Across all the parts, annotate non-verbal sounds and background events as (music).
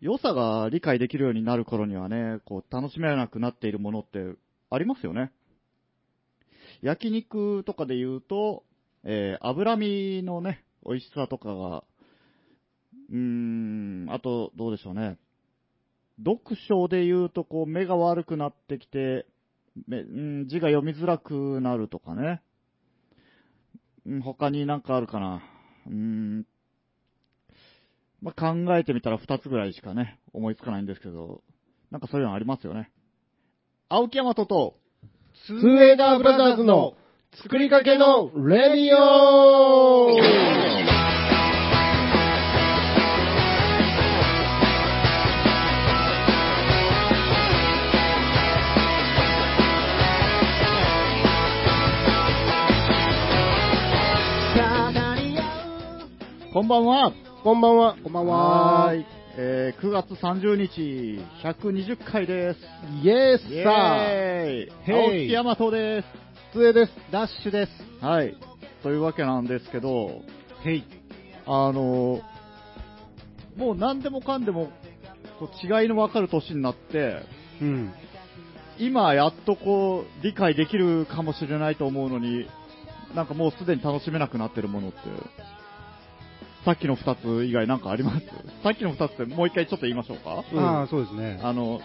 良さが理解できるようになる頃にはね、こう、楽しめなくなっているものってありますよね。焼肉とかで言うと、えー、脂身のね、美味しさとかが、うーん、あと、どうでしょうね。読書で言うと、こう、目が悪くなってきて、めうん字が読みづらくなるとかね。うん他になんかあるかな。うーん。まあ、考えてみたら2つぐらいしかね、思いつかないんですけど、なんかそういうのありますよね。青木山とと、ツーエイダーブラザーズの作りかけのレディオこんばんは。こんばんは。こんばーい。えー、9月30日、120回です。イエーイエスさあ、ーイへい青木山とです。ツエです。ダッシュです。はい。というわけなんですけど、へい。あの、もう何でもかんでもこう違いの分かる年になって、うん。今やっとこう理解できるかもしれないと思うのに、なんかもうすでに楽しめなくなってるものって、さっきの2つ以外なんかありますさっきの2つってもう一回ちょっと言いましょうか、うんああ、そうですね。あの、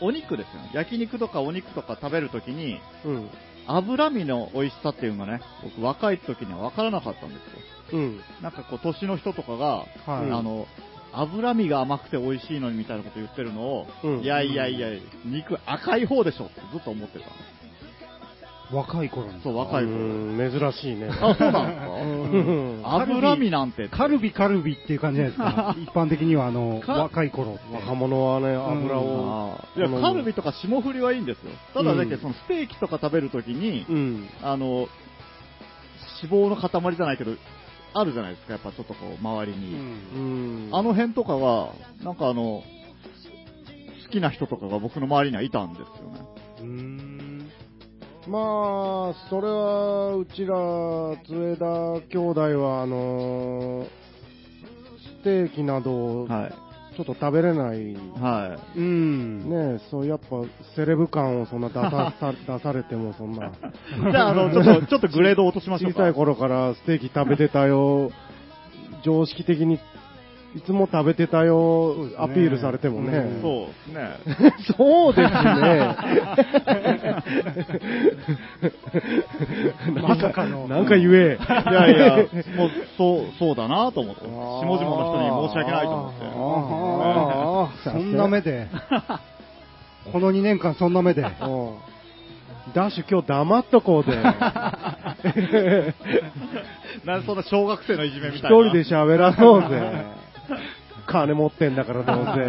お肉ですよね。焼肉とかお肉とか食べるときに、うん。脂身の美味しさっていうのがね、僕若い時には分からなかったんですよ。うん。なんかこう、年の人とかが、はい。あの、脂身が甘くて美味しいのにみたいなこと言ってるのを、うんいやいやいや、肉赤い方でしょってずっと思ってた。若い頃に。そう、若い方。うん珍しいね。あ、そうなんうですかん脂身なんて。カルビカルビっていう感じじゃないで (laughs) すか。一般的には、あの、か若い頃って。若者はね、油を。あーいや、カルビとか霜降りはいいんですよ。ただだけど、うんそのステーキとか食べるときに、うん。あの、脂肪の塊じゃないけど、あるじゃないですか、やっぱちょっとこう、周りうに。うんん。あの辺とかは、なんかあの、好きな人とかが僕の周りにはいたんですよね。うん。まあ、それは、うちら、上田兄弟は、あのーステーキなどをちはい。ょっと食べれない、はうん。ねえそう、やっぱ、セレブ感をそんな出ささ出されても、そんな、い。じゃあ、あの、ちょっと、ちょっとグレードを落としましょ小うか。さい頃からステーキ食べてたよ、常識的に、いつも食べてたよそうで、すねアピールされてもね。そうですね。 (laughs) そうですね。まさかの。なんか言え。いやいや、 (laughs) もう、そう、そうだなと思って。下々の人に申し訳ないと思っ思ってそんな目で。この2年間、そんな目 (laughs) で。ダッシュ今日黙っと (laughs) こうで。て。なんでそんな小学生のいじめみ一たいな。人で喋らそ (laughs) うぜ。金持ってんだからどうせ。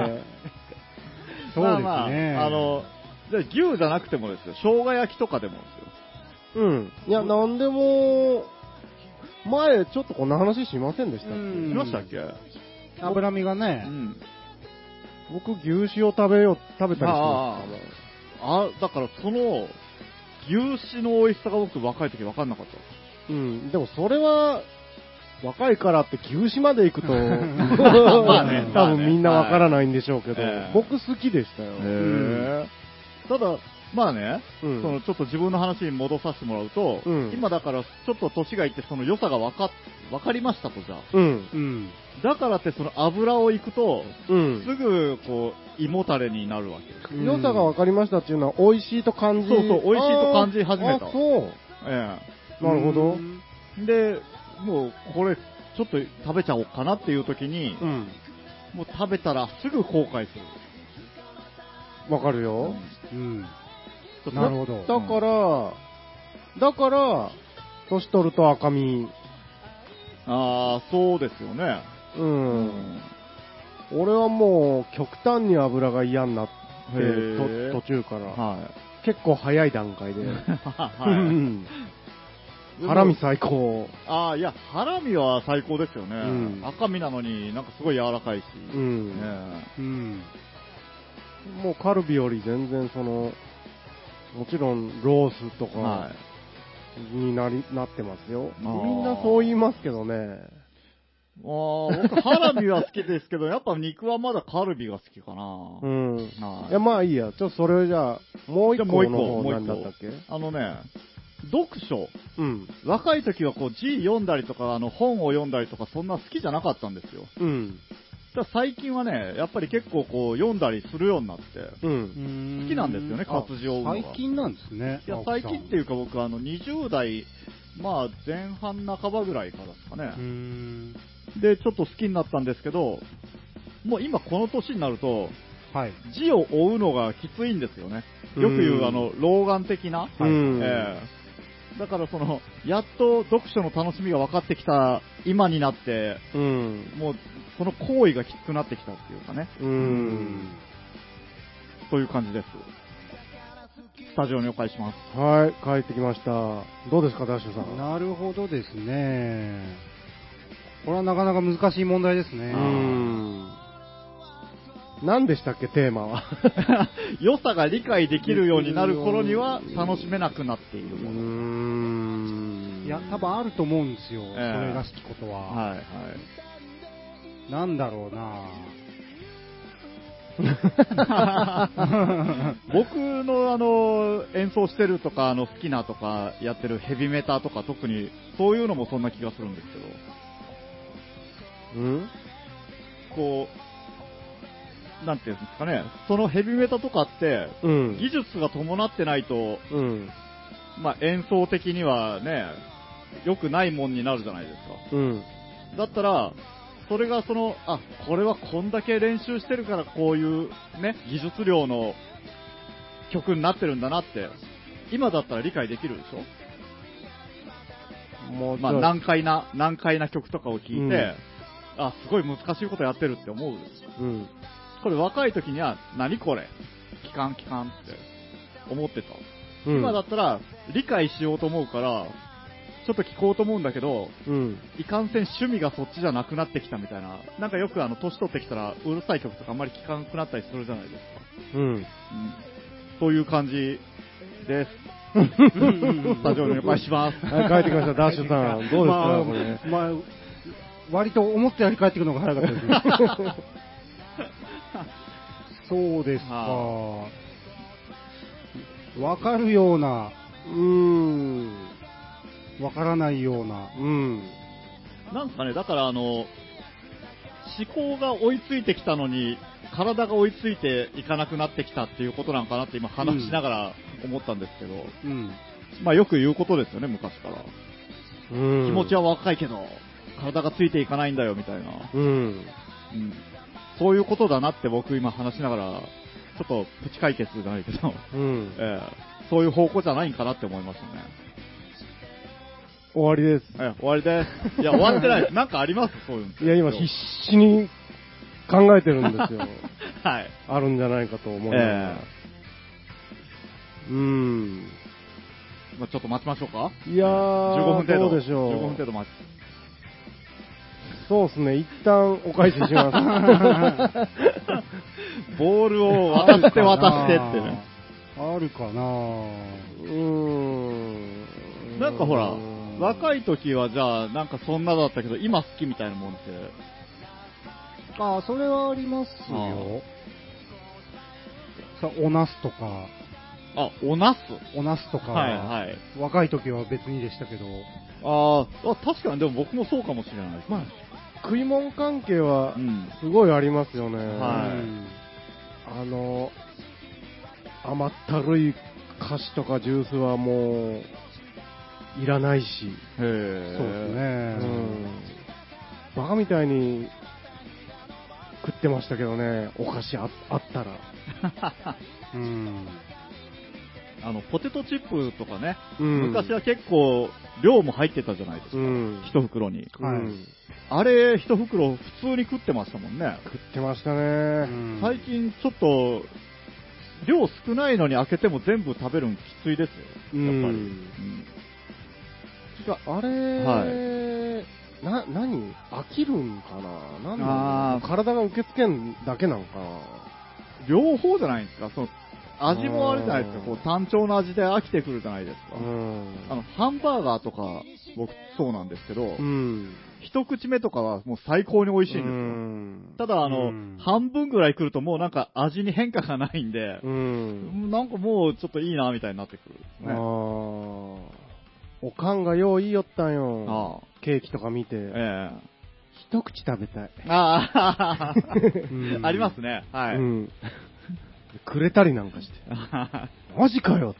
そうでますねあまあ、あの、じゃあ牛じゃなくてもですよ。生姜焼きとかでもですよ。 (laughs) うん。いや、なんでも、前ちょっとこんな話しませんでしたっけ、うんしましたっけ脂身がうね。ん。僕牛脂を食べよう、食べたりしあましあ、だからその、牛脂の美味しさが僕若い時分かんなかった。た。うん。でもそれは、若いからって牛脂まで (laughs) 行くと、 (laughs) まあね多分みんなわからないんでしょうけど、はいええ僕好きでしたよ。へーただ、まあね、うんそのちょっと自分の話に戻させてもらうと、うん今だからちょっと年がいってその良さが分かっ分かりましたとじゃあうん。うん。だからってその油をいくと、うん。すぐこう、胃もたれになるわけです。うん良さが分かりましたっていうのは、美味しいと感じそうそう美味しいと感じ始めたあーそう。えなるほど。えで、もうこれ、ちょっと食べちゃおうかなっていう時に、うん。もう食べたらすぐ後悔する。分かるよ。うん。ちょっとなるほど。だから、だから、年取ると赤身。ああ、そうですよね。う。。うん俺はもう、極端に油が嫌になってへー、と途中から。は結構早い段階で。い。う (laughs) はんい。ハラミ最高。ああ、いや、ハラミは最高ですよね。うん赤身なのになんかすごい柔らかいし。うねん。えうん。もうカルビより全然その、もちろんロースとはかになり、なってますよ。あーみんなそう言いますけどね。い。あー僕、ハラミは好きですけど、やっぱ肉はまだカルビが好きかな。うん。はいいや、まあいいや。ちょっとそれじゃあ、もう一じゃあもう個一個の方もう一個なんだったっけあのね、読書。うん。若い時はこう字読んだりとか、あの本を読んだりとか、そんな好きじゃなかったんですよ。うん。ただ最近はね、やっぱり結構こう読んだりするようになって、うん。好好きなんですよね、活字を追うのが最近なんですね。いや、最近っていう。いうか僕、あの、20代、まあ、前半半ばぐらいからですかね。ん。で、ちょっと好きになったんですけど、もう今この年になると、はい。字を追うのがきついんですよね。よく言う、うんあの、老眼的な。うんええだからその、やっと読書の楽しみが分かってきた今になって、うん。もう、その行為がきつくなってきたっていうかね、うん。という感じです。スタジオにお返しします。はい、帰ってきました。どうですか、ダッシュさん。なるほどですね。これはなかなか難しい問題ですうね。ん。何でしたっけ、テーマは。 (laughs) 良さが理解できるようになる頃には楽しめなくなっていうるもの。んいや、多分あると思うんですよ。そええれらしきことは。 (laughs) はいはい。なんだろうな。僕のあの演奏してるとかあの好きなとかやってるヘビメタとか特にそういうのもそんな気がするんですけどうんこうなんていうんですかねそのヘビメタとかってうん。技術が伴ってないと、うん。まあ、演奏的にはね良くないもんになるじゃないですかうん。だったら、それがその、あ、これはこんだけ練習してるからこういうね、技術量の曲になってるんだなって、今だったら理解できるでしもょうまあちょい難解な、難解な曲とかを聴いて、うんあ、すごい難しいことやってるって思う。うん。これ若い時には、何これ聞かん聞かんって思ってた。うん今だったら理解しようと思うから、ちょっと聞こうと思うんだけど、うん。いかんせん趣味がそっちじゃなくなってきたみたいな、なんかよくあの年取ってきたらうるさい曲とかあんまり聴かなくなったりするじゃないですか。うん。うん、そういう感じです。うんうんうんスタジオにお返しします。はい、帰ってきました、ダッシュさん。どうですか、まあこれ。まあ、割と思ったより帰ってくるのが早かったです (laughs) ね。そうですかは。わかるような、うーん。わからないような。うん。なんすかね、だからあの、思考が追いついてきたのに、体が追いついていかなくなってきたっていうことなんかなって今話しながら思ったんですけど、うん。まあよく言うことですよね、昔から。うん。気持ちは若いけど、体がついていかないんだよみたいな。うん。うんそういうことだなって僕今話しながら、ちょっとプチ解決じゃないけど、うん。 (laughs) ええそういう方向じゃないんかなって思いましたね。終わりです。ええ終わりです。いや、終わってない (laughs) です。なんかありますそういうの。いや、今必死に考えてるんですよ。 (laughs) はい。あるんじゃないかと思いえながらうん。えまあちょっと待ちましょうか。いやー、 15分程度。どうでしょう。 15分程度待ち。そうですね、一旦お (laughs) 返しします。 (laughs) ボールを渡 (laughs) して渡してってね。あるかなうーん。なんかほらうーん、若い時はじゃあ、なんかそんなだったけど、今好きみたいなもんって、ああ、それはありますよ。さおなすとか、あ、おなす。おなすとか、はいはい。若い時は別にでしたけど、あーあ、確かにでも僕もそうかもしれないです、まあ、食い物関係はうん。すごいありますよね。はいうんあの、甘ったるい菓子とかジュースはもう、いらないし。へえ。そうですうね、ん。バカみたいに食ってましたけどね、お菓子ああったら。うん (laughs) あの、ポテトチップとかね、うん昔は結構量も入ってたじゃないですか。うん。一袋に。はいうんあれ、一袋普通に食ってましたもんね。食ってましたうね。ん最近ちょっと、量少ないのに開けても全部食べるのきついですうよ。やっぱり。ん。てかあれ、な、何飽きるんかななんだろうあー体が受け付けんだけなんかなうん両方じゃないですか。その味もあれじゃないですか、こう単調な味で飽きてくるじゃないですか。うん。あの、ハンバーガーとか、僕、そうなんですけど、うん。一口目とかはもう最高に美味しいんですよ。うんただ、あの、うん半分ぐらい来るともうなんか味に変化がないんでう、ん。なんかもうちょっといいな、みたいになってくる、あね。ーおかんがよう言いよったんよ。ああケーキとか見て。え一口食べたい。えああ、う (laughs) んありますね。はい。うん。くれたりなんかして。マジ (laughs) かよ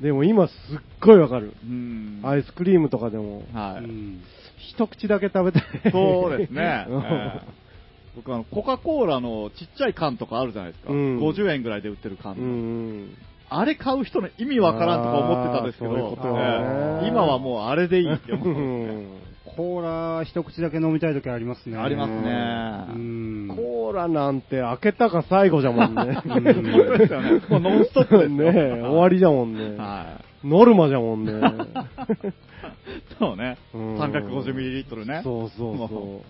でも今すっごいわかる。 (laughs) うんアイスクリームとかでも、はい。うん一口だけ食べたい。。(laughs) そうですね (laughs) うんええ僕あの、コカ・コーラのちっちゃい缶とかあるじゃないですか。うん50円ぐらいで売ってる缶、うん。あれ買う人の意味わからんとか思ってたんですけあーそういうどこ、えとよねえ今はもうあれでいいってう思うんですね。んコーラ一口だけ飲みたい時ありますね。ありますうね。ん。コーラなんて開けたか最後じゃもんね。うん本当ですよね。もうノンストップですよ。 (laughs) ねえ終わりじゃもんね。はノルマじゃも (laughs) んね。い。そうね。うん350ミリリットルね。そうそうそうも。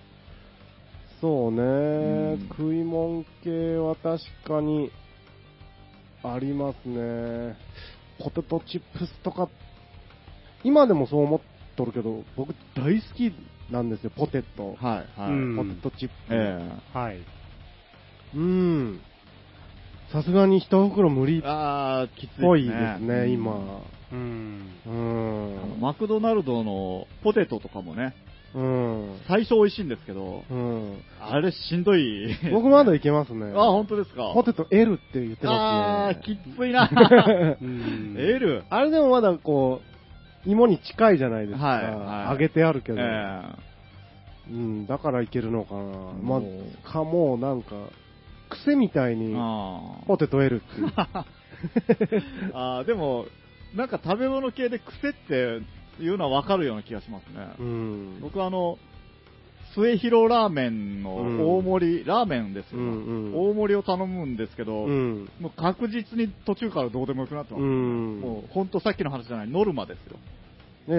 そうね、ん食い物系は確かにありますね。ポテトチップスとか、今でもそう思っとるけど、僕大好きなんですよ、ポテト。はい、はい。うんポテトチップ。えはい。うん。さすがに一袋無え理っああ、きついぽいですね、今。うん。あうのん。マクドナルドのポテトとかもね、うん。最初美味しいんですけど、 (laughs) うん。あれしんどい。僕まだいけますね。 (laughs) あ、本当ですか。ポテト L って言ってあまあすねー、。きっついな。うん L。あれでもまだこう、芋に近いじゃないですか。はいはい揚げてあるえけえど、うん、だからいけるのかな。まもあ、かもうなんか、癖みたいに、あーポテト L って (laughs) いう。 (laughs) あーでも、なんか食べ物系で癖っていうのはわかるような気がしますうね。ん。僕はあの、末広ラーメンの大盛り、ラーメンですよ、うんうん大盛りを頼むんですけど、うん。もう確実に途中からどうでもよくなってます、うんもう本当さっきの話じゃない、ノルマですよ。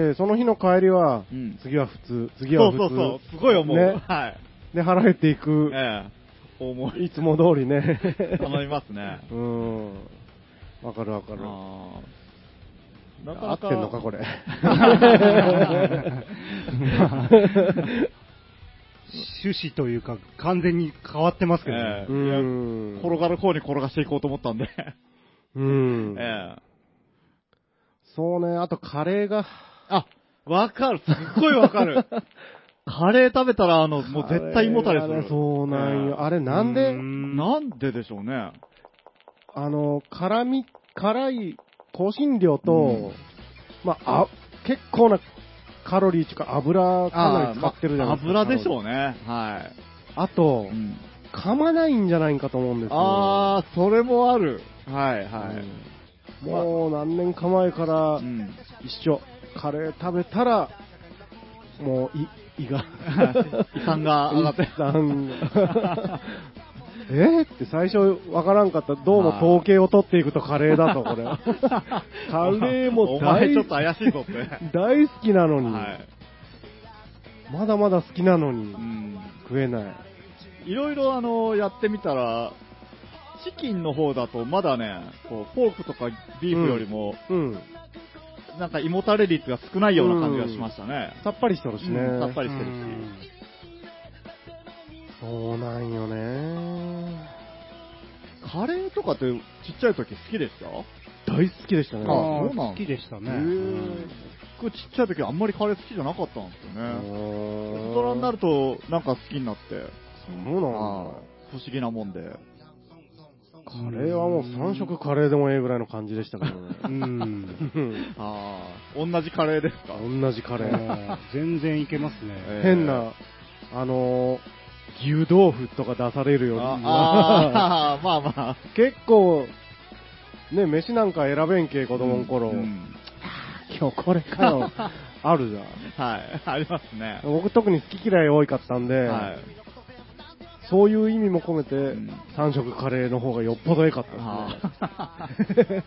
で、その日の帰りは、うん次は普通、次そはう普通。そうそう、すごい思う。ねはい。で、腹減ってい (laughs) く、ええ思いいつも通りね。頼み (laughs) ますね。うん。わかるわかる。あーなか合なってかんのか、こ (laughs) れ。趣旨というか、完全に変わってますけどえねえ。うん転がる方に転がしていこうと思ったんで。うん。ええそうね、あとカレーが、あ、わかる。すっごいわか (laughs) る。カレー食べたら、あの、もう絶対胃もたれすあるれ。そうなんよ。えあれなんで、えなんででしょうね。あの、辛み、辛い香辛料と、うんまあ、あ、結構なカロリーとか油かなーり使ってるじゃないですか。まあ油でしょうね。はあとい。、うん噛まないんじゃないかと思うんですよ。ああ、それもある。はいうんはい。もう何年か前からうん一緒、カレー食べたら、もう胃、胃が。 (laughs) 胃酸が上がって。さん (laughs) えーって最初わからんかった。どうも統計を取っていくとカレーだと、これ。 (laughs) (laughs) カレーもお前大ちょっと怪しいぞって。は大好きなのに、い。まだまだ好きなのにうん。食えない。いろいろあの、やってみたら、チキンの方だとまだね、こう、ポークとかビーフよりも、うん。なんか胃もたれ率が少ないような感じがしましたね。さっぱりしてるしね。うんさっぱりしてるし。そうなんよね。カレーとかってちっちゃい時好きでした大好きでしたね。あそうなん好きでしたね。へー僕ちっちゃい時あんまりカレー好きじゃなかったんですよね。大大人になる。るとなんか好きになって、そうあーなんだ。不思議なもんで。カレーはもう3食カレーでもええぐらいの感じでしたけどね。 (laughs) うん。うんああ、同じカレーですか同じカレー。全然いけますね。えー (laughs) 変な、あのー、牛豆腐とか出されるよりは、ああー、 (laughs) まあまあ。 (laughs) 結構、ね、飯なんか選べんけ、子供の頃。うん今日これか (laughs) よ。あるじゃん。はい、ありますね。僕特に好き嫌い多かったんで、はい。そういう意味も込めて、ん3食カレーの方がよっぽど良かったあですね。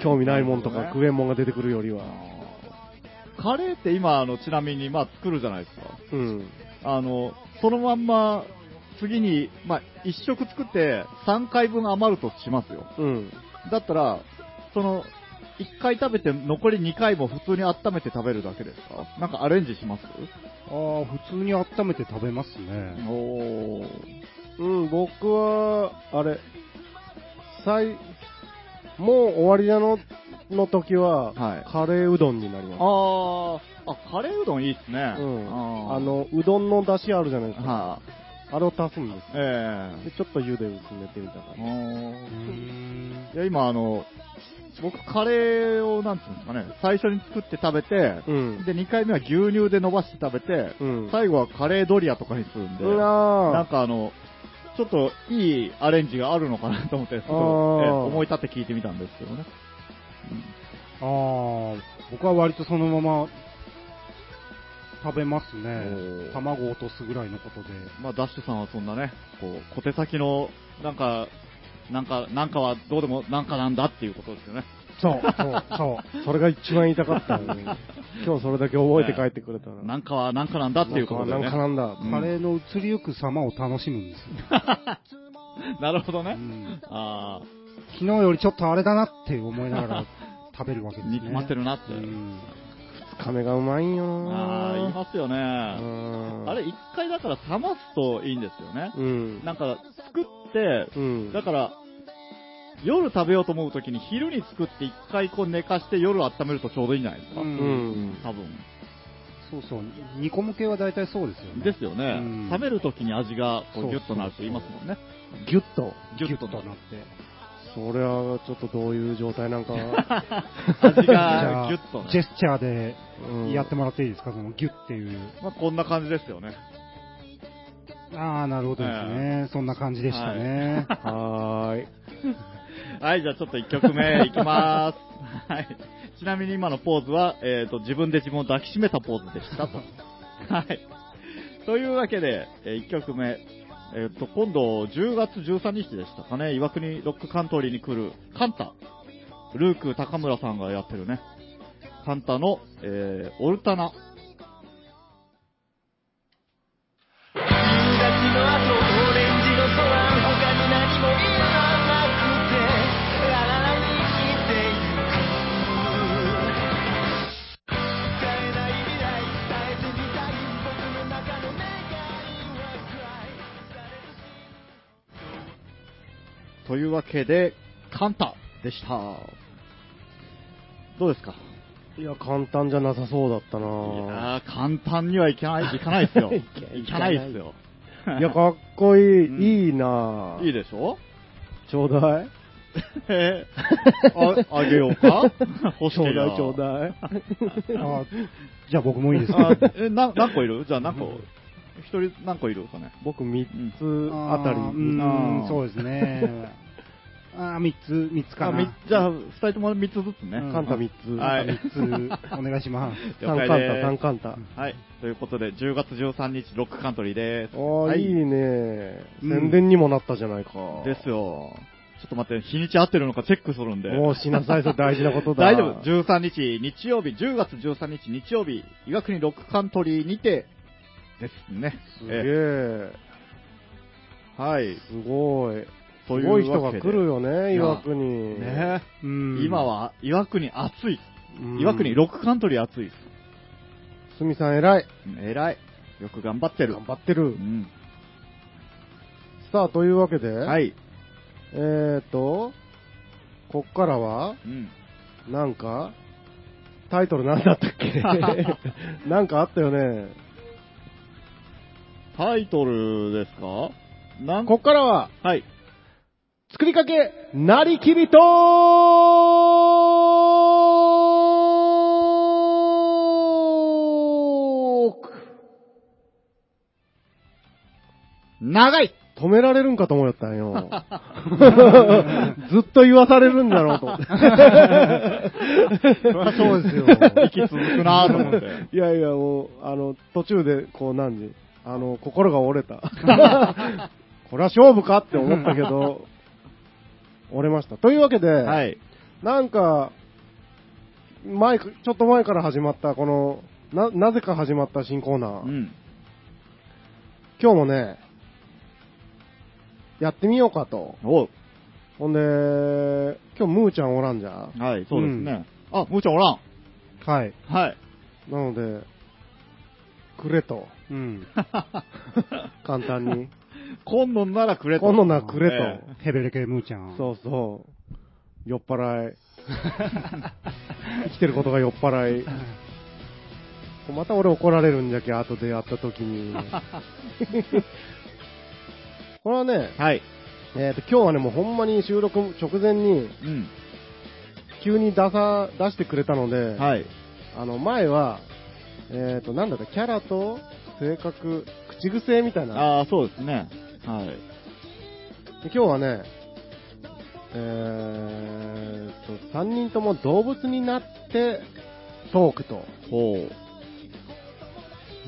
ー (laughs) 興味ないもんとか、なるほどね食えんもんが出てくるよりは。カレーって今、あの、ちなみに、まあ、作るじゃないですか。うん。あの、そのまんま、次に、まあ、1食作って3回分余るとしますよ。うん。だったら、その、1回食べて残り2回も普通に温めて食べるだけですかなんかアレンジしますああ、普通に温めて食べますね。おー。うん、僕は、あれ、最、もう終わりなの、の時は、はいカレーうどんになります。あー、あ、カレーうどんいいっすね。うん。ーあ、の、うどんの出汁あるじゃないですか。はあれを足すんでい、えす。で、ちょっと湯で薄めてみたかえー。ら。うおーーんいや、今あの、僕カレーをなんつうんですかね、最初に作って食べて、うん。で、2回目は牛乳で伸ばして食べて、うん。最後はカレードリアとかにするんで、うなわんかあの、ちょっといいアレンジがあるのかなと思って、ちょっとあーえ思い立って聞いてみたんですけどね。ああ、僕は割とそのまま食べますおねー。卵落とすぐらいのことで。まあ、ダッシュさんはそんなね、こう、小手先の、なんか、なんか、なんかはどうでもなんかなんだっていうことですよね。そう、そう、そーそれが一番言いたかったのに (laughs) 今日それだけ覚えて帰ってくれたら。なんかはなんかなんだっていうことでなんね。かなんかうんう。カレーの移りゆく様を楽しむんですよ。なるほどね。うんああ、昨日よりちょっとあれだなって思いながら食べるわけで (laughs) すね。煮詰まってるなって。うんなんか亀がうまいんよああ、言いなますよね。ああれ、一回だから冷ますといいんですよね。うん。なんか、作って、うん。だから、夜食べようと思うときに昼に作って一回こう寝かして夜温めるとちょうどいいんじゃないですか。ううんん。多分。そうそう、煮込む系は大体そうですよね。ですよね。うん食べるときに味がこそううギュッとなると言いますもんね。ギュッと。ギュギュッッととなっなてる。。それはちょっとどういう状態なん (laughs) か。味 (laughs) じゃがあギュッとジェね。スチャーでうんやってもらっていいですか、そのギュッっていう。まあこんな感じですよね。ああ、なるほどですね。そんな感じでしたね。はーい。はい、じゃあちょっと1曲目いきまーす。 (laughs) はい。ちなみに今のポーズは、えっ、と、自分で自分を抱きしめたポーズでしたと。 (laughs) はい。というわけで、え1曲目。えっ、と、今度10月13日でしたかね。岩国ロックカントリーに来るカンタ。ルーク高村さんがやってるね。カンタの、えー、オルタナ。夕立の後オレンジの空他に何も今なくてラララに生きてゆく使えない未来伝えてみたい僕の中の願いはというわけで、カンタでした。どうですかいや、簡単じゃなさそうだったいなやー、簡単にはいかない、いかないです (laughs) よ。いやいかないですよ。いや、かっこいい。うんいいないいでし (laughs) ょちょうだい。えーああげよう (laughs) か欲しちょういだ、ないちょうだい。あーじゃあ僕もいいですあか。えな何個いるじゃあ何個一人何個いるかね。僕3つあたり。うあんー、そうですね。ああ、3つ、三つかあみな。じゃあ、二人とも3つずつね。うんカンタ3つ。はい3つ、お願いします。 3カン了解でタ、す3カンタ。はい。ということで、10月13日、ロックカントリーです。あはあ、いいいね。うん宣伝にもなったじゃないか。ですよ。ちょっと待って、日にち合ってるのかチェックするんで。もうしなさい、それ大事なこと (laughs) だ。大丈夫。13日、日曜日、10月13日、日曜日、岩国ロックカントリーにて、ですね。すえげえ。えはい。すごい。すというごい人わがけで来るよね、いや岩国。ねうん今、は岩国暑い。うん岩国ロックカントリー暑いです。すみさん偉い。うん偉い。よく頑張ってる。頑張ってるう。ん。さあ、というわけで、はい。えーと、こっからは、うん。なんか、タイトルなんだったっ (laughs) けなんかあったよね。タイトルですかなんこっからは、はい。作りかけ、なりきりとーく長い止められるんかと思ったん (laughs) よ。ずっと言わされるんだろう (laughs) と思って。そうですよ。 (laughs) 息続くなぁと思って。いやいや、もう、あの、途中で、こう、何時あの、心が折 (laughs) れた。これは勝負かって思ったけど、折れました。というわけで、はい。なんか、前か、ちょっと前から始まった、この、な、なぜか始まった新コーナー。うん。今日もね、やってみようかと。おうほんで、今日ムーちゃんおらんじゃん。はい、そうですね。あ、むーちゃんおらん。はい。 (laughs) はい。なので、くれと。うん。簡単に。今度ならくれと。こんのなくれと。えヘベレケムーちゃん。そうそう。酔っ払い。生きてることが酔っ払い。また俺怒られるんじゃけ、後でやった時に。これはね、はい。えーと今日はね、もうほんまに収録直前にうん。急に出さ、出してくれたので、はい。あの、前は、えっ、と、なんだった、キャラと性格、口癖みたいな。ああ、そうですね。はい。で今日はね、えーと、3人とも動物になってトークと。ほう。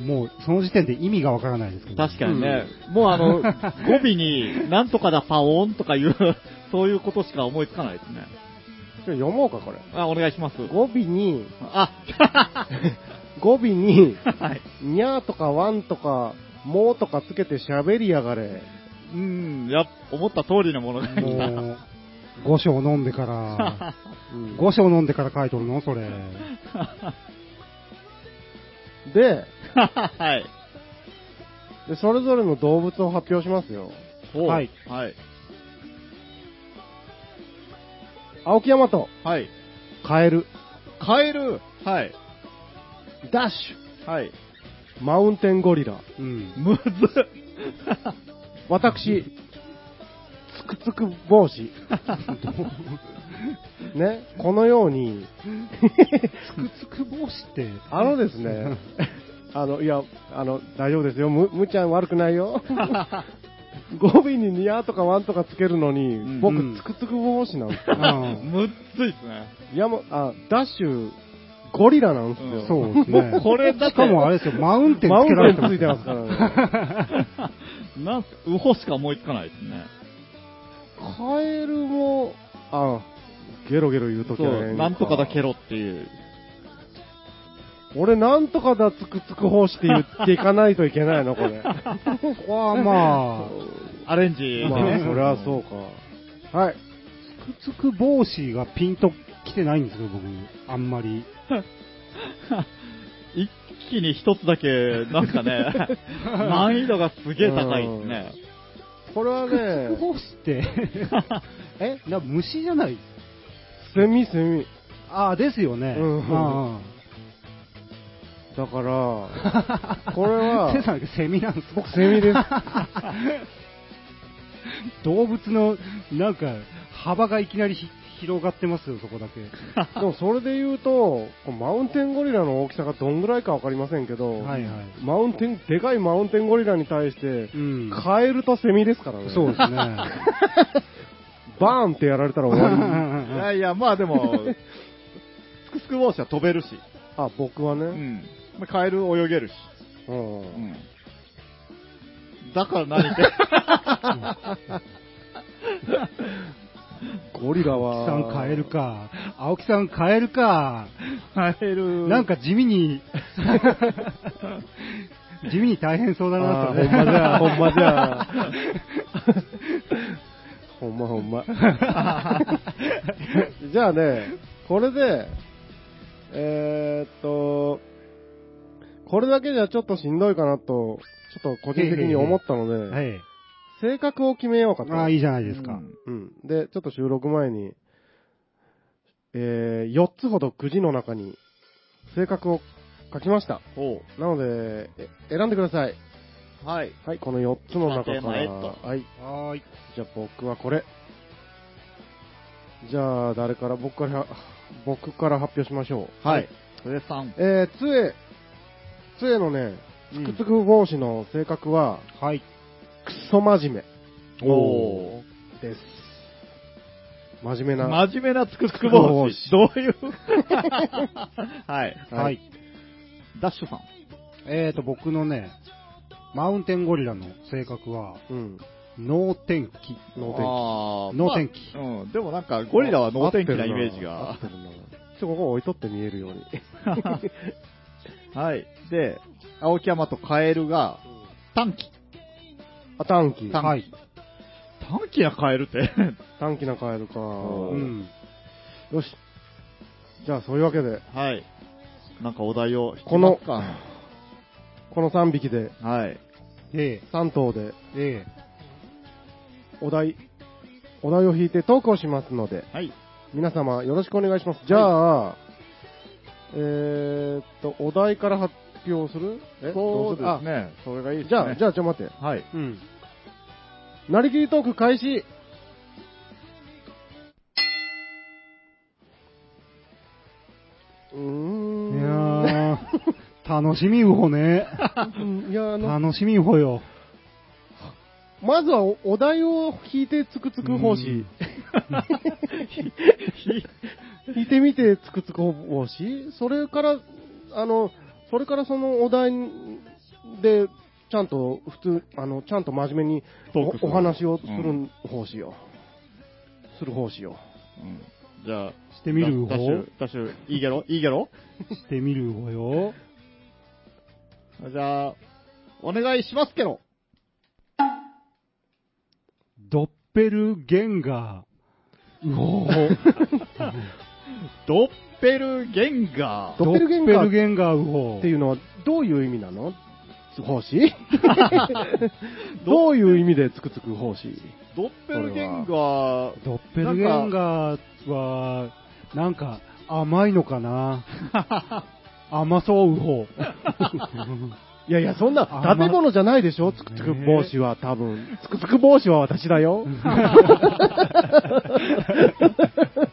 もう、その時点で意味がわからないですけど。確かにね、もうあ (laughs) の、語尾に、なんとかだパオンとかいう、そういうことしか思いつかないですね。ちょ読もうか、これ。あ、お願いします。語尾に、あ、 (laughs) (laughs) 語尾に、はい。にゃーとかわんとか、もーとかつけて喋りやがれ。うん、やっ、思った通りのものがも (laughs) 来た。う、5章飲ん (laughs) でから、うん5章飲んでから書いとるのそれ。ではい。で、それぞれの動物を発表しますよ。ほうはい。はい。青木山と、はい。カエル、カエル。はい。ダッシはい。ュ、マウンテンゴリラ、うん。むずっ私、つくつく帽子。ね、このように、つくつく帽子って、あのですね、あの、いや、あの、大丈夫ですよ。む、むちゃん悪くないよ。語尾にニャーとかワンとかつけるのに、ん僕う、んつくつく帽子なんですうよ。ん。むっついっすね。いやもうあ、ダッシュ、ゴリラなんですよ。うんそうですね。これだってしかもあれですよ、マウンテンマつウンけられテてンまつすいてますからね。 (laughs) なんすウホしか思いつかないですね。カエルも、あ、ゲロゲロ言うときはそう、なんとかだけろっていう。俺なんとかだつくつく方して言っていかないといけないの、これ。ここはまあ、アレンジでね。まあ、そりゃそうか。はい。つくつく帽子がピンと来てないんですよ、僕。あんまり。 (laughs) 一気に一つだけ、なんか (laughs) ね、難易度がすげえ高いですね。これはつくつくね、帽 (laughs) 子って、えな虫じゃないセミセミ。ああ、ですよね。うんああだ (laughs) から、これはセ、さんセミなんです僕セミです。動物の、なんか、幅がいきなりひ広がってますよ、そこだけ。でもそれで言うと、このマウンテンゴリラの大きさがどんぐらいかわかりませんけど、はいはい。マウンテン、でかいマウンテンゴリラに対してう、ん。カエルとセミですからね。そうですね。 (laughs) バーンってやられたら終わり。 (laughs) いやいや、まあでも、すくすく帽子は飛べるし、 (laughs) あ、僕はうね。ん。まあカエル泳げるし、うん。うん。だから何って。 (laughs) ゴリラ青は。木さん変える。か。青木さん変えるか。カエルなん、か地味 (laughs) に、地味に大変そうだなあとーほんまじゃ、ほんまじゃ。 (laughs) ほんまほんま。じゃあね、これで、えーっと、これだけじゃちょっとしんどいかなと、ちょっと個人的に思ったので、 (laughs) はい。性格を決めようかと。ああ、いいじゃないですか。うん。で、ちょっと収録前に、えー、4つほどくじの中に、性格を書きました。ほなので、え選んでください。う。はい。はい、この4つの中から。さてまあえっはい。はーい。じゃあ僕はこれ。じゃあ、誰から、僕から、僕から発表しましょう。はい。。それさん。えー、つえ、つえのね、つくつく帽子の性格は、はい。クソ真面おー。目です。真面目な。真面目なつくつく帽帽子。どういう (laughs) はい。ははいい。ダッシュさん。えーと、僕のね、マウンテンゴリラの性格は、うん。脳天気。脳天気あー脳天気まあうん。でもなんか、ゴリラは脳天気なイメージ合がっ。てるな。合ってるなちょっとここ置いとって見えるよう (laughs) に。はい。で、青木山とカエルが、短期。あ、短期。短期。はい短期なカエルって。短期なカエルか。おうーん。よし。じゃあ、そういうわけで、 (laughs) はい。なんかお題を引きこのますか。この3匹で、はい。え3頭で、え、えお題、お題を引いてトークをしますので、はい。皆様よろしくお願いします。じゃあ、えーっと、お題から発表するえそうでどすね。それがいいすですね。るあじゃあ、じゃゃあ、ちょ、待って。あ。はい。え。うん。なりきりトーク開始うーいん。やー、楽しみうほね。うんいや、 (laughs) あの、楽しみうほよ。まずはおお題を引いてつくつく方う針ん。 (laughs) 引いてみてつくつく方針それから、あの、それからそのお題で、ちゃんと普通、あの、ちゃんと真面目にトークすおるお話をするん方針よ。する方針よ。うんじゃあ、してみるダッシ方ュ、ダッシュ、いいゲロいいゲロしてみる方よ。じゃあ、お願いしますけど。ドッペルゲンガー。うほドッペルゲンガー。ドッペルゲンガードッペルゲンガーうほっていうのはどういう意味なの (laughs) 奉 (laughs) 仕どういう意味でつくつく奉仕ドッペルゲンガー、ドッペルゲンガーは、なんか甘いのかな甘そううほう。いやいや、そんなあ食べ物じゃないでしょつくつく帽子は多分。つくつく帽子は私だよ。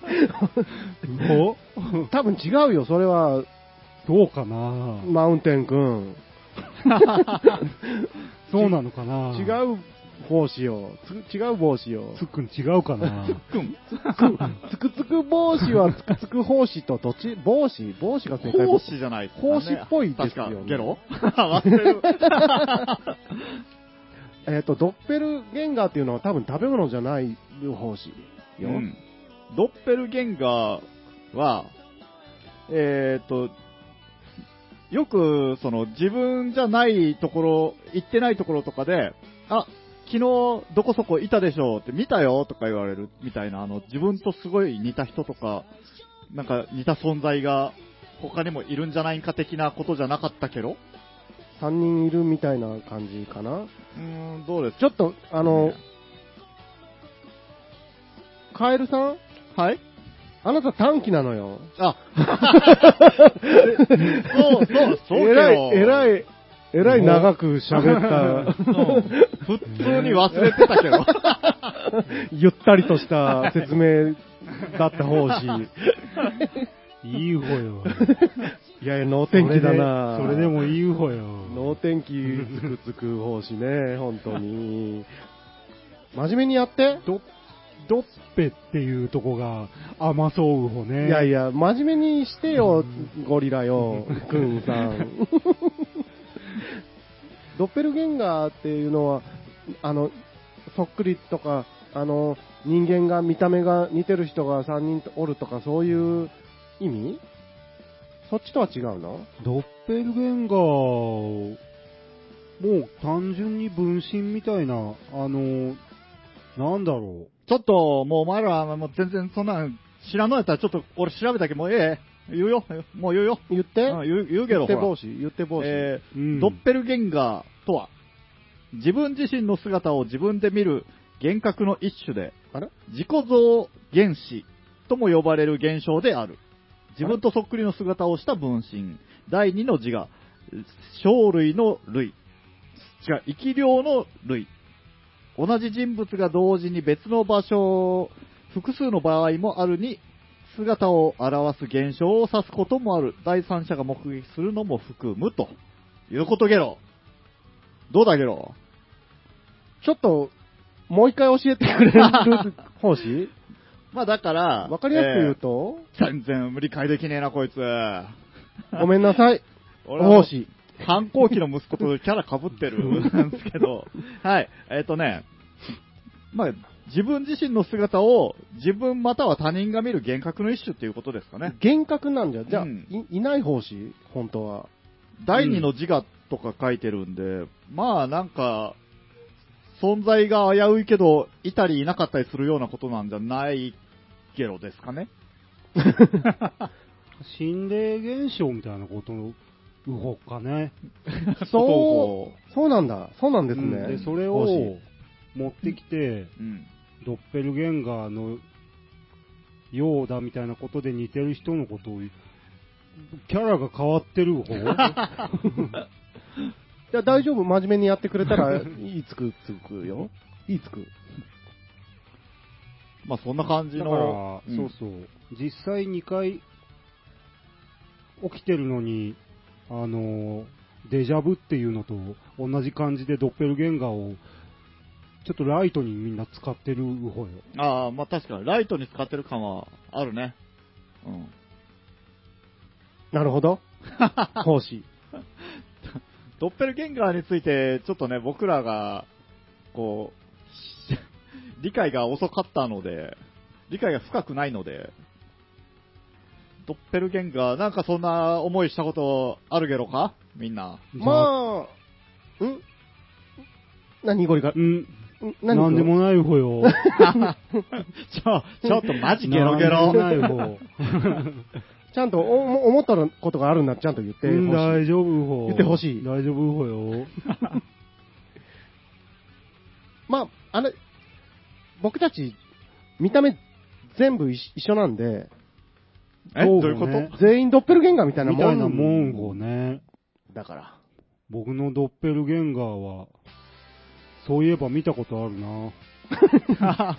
うほ多分違うよ、それは、どうかなマウンテン君。そうなのかな違う帽子よ。つ違う帽子よ。つっくん違うかなくん。つくつく帽子はつくつく奉仕とどっち帽子帽子が正解奉仕じゃないですかね奉仕っぽいですよね確か、ゲ (laughs) ロ忘れる。えっ、と、ドッペルゲンガーっていうのは多分食べ物じゃない奉仕よ。うんドッペルゲンガーは、えーっと、よく、その、自分じゃないところ、行ってないところとかで、あ、昨日、どこそこいたでしょうって、見たよとか言われるみたいな、あの、自分とすごい似た人とか、なんか似た存在が、他にもいるんじゃないか的なことじゃなかったけど3人いるみたいな感じかな。うーん、どうですちょっと、あの、ねカエルさんはいあなた短期なのよ。あ、そう、そう、そうえらい、えい。らい、えらい長く喋っうん普通に忘れてたけど。た、ゆったりとした説明だった方し、 (laughs) いい方 (laughs) よ。いやいや、能天気だなそれでそれでもいい方よ。能天気つくつく方しね、本当に。真面目にやってドドッペっていうとこが甘そううほね。いやいや。や、真面目にしてよう、ゴリラ (laughs) よ、くんさん。ドッペルゲンガーっていうのは、あの、そっくりとか、あの、人間が、見た目が似てる人が3人おるとか、そういう意味そっちとは違うのドッペルゲンガーを、もう単純に分身みたいな、あの、なんだろちょっと、もうお前ら、もう全然そんなん知らんのやったら、ちょっと俺調べたけど、もうええ。言うよ。もう言うよ。言ってうん言う言うけ言ど、ってほら帽子言って帽子。えう。うーんドッペルゲンガーとは、自分自身の姿を自分で見る幻覚の一種で、あれ自己像原子とも呼ばれる現象である。自分とそっくりの姿をした分身。第二の字が、生類の類。違う、生き量の類。同じ人物が同時に別の場所、複数の場合もあるに、姿を表す現象を指すこともある。第三者が目撃するのも含むと。いうことゲロ。どうだゲロちょっと、もう一回教えてくれ (laughs) る方針まあだから、わかりやすく言うと、えー全然理解できねえな、こいつ。ごめんなさ (laughs) い、俺は方針。反抗期の息子とキャラ被ってるなんですけど、はい、えっ、とね、まあ、自分自身の姿を自分または他人が見る幻覚の一種っていうことですかね。幻覚なんじゃ。じゃあ、うんいいない方針本当は。第二の自我とか書いてるんで、まあなんか、存在が危ういけど、いたりいなかったりするようなことなんじゃないゲロですかね。心霊現象みたいなことの、うほかね。 (laughs) こそう、そうなんだ。そうなんですうんね。それ少をし持ってきて、ううん。ドッペルゲンガーのようだみたいなことで似てる人のことを、キャラが変わってる方いや、大丈夫。真面目にやってくれたら、いいつくつくよ。いいつく。まあそんな感じだの。から、んそうそう、実際2回起きてるのに、あの、デジャブっていうのと同じ感じでドッペルゲンガーを、ちょっとライトにみんな使ってる方よ。ああ、まあ確かに、ライトに使ってる感はあるね。うん。なるほ (laughs) ど。講師。ドッペルゲンガーについて、ちょっとね、僕らが、こう、 (laughs) し理解が遅かったので、理解が深くないので、ドッペルゲンガー、なんかそんな思いしたことあるゲロかみん (laughs) な。 (laughs) まあ、ん何ゴリかう。ん、ん何なんでもない (laughs) 方よ。ちょ、ちょっとマジゲロゲなんロで。もない方。ちゃんとお思ったことがあるんだちゃんと言ってうんほしい。大丈夫方。 (laughs) 言ってほしい大丈夫方よ。まあ、あれ、僕たち、見た目全部一一緒なんで、え、どういうこそうねと全員ドッペルゲンガーみたいなみもたんいなもんをね、だから。僕のドッペルゲンガーは、そういえば見たことあるな。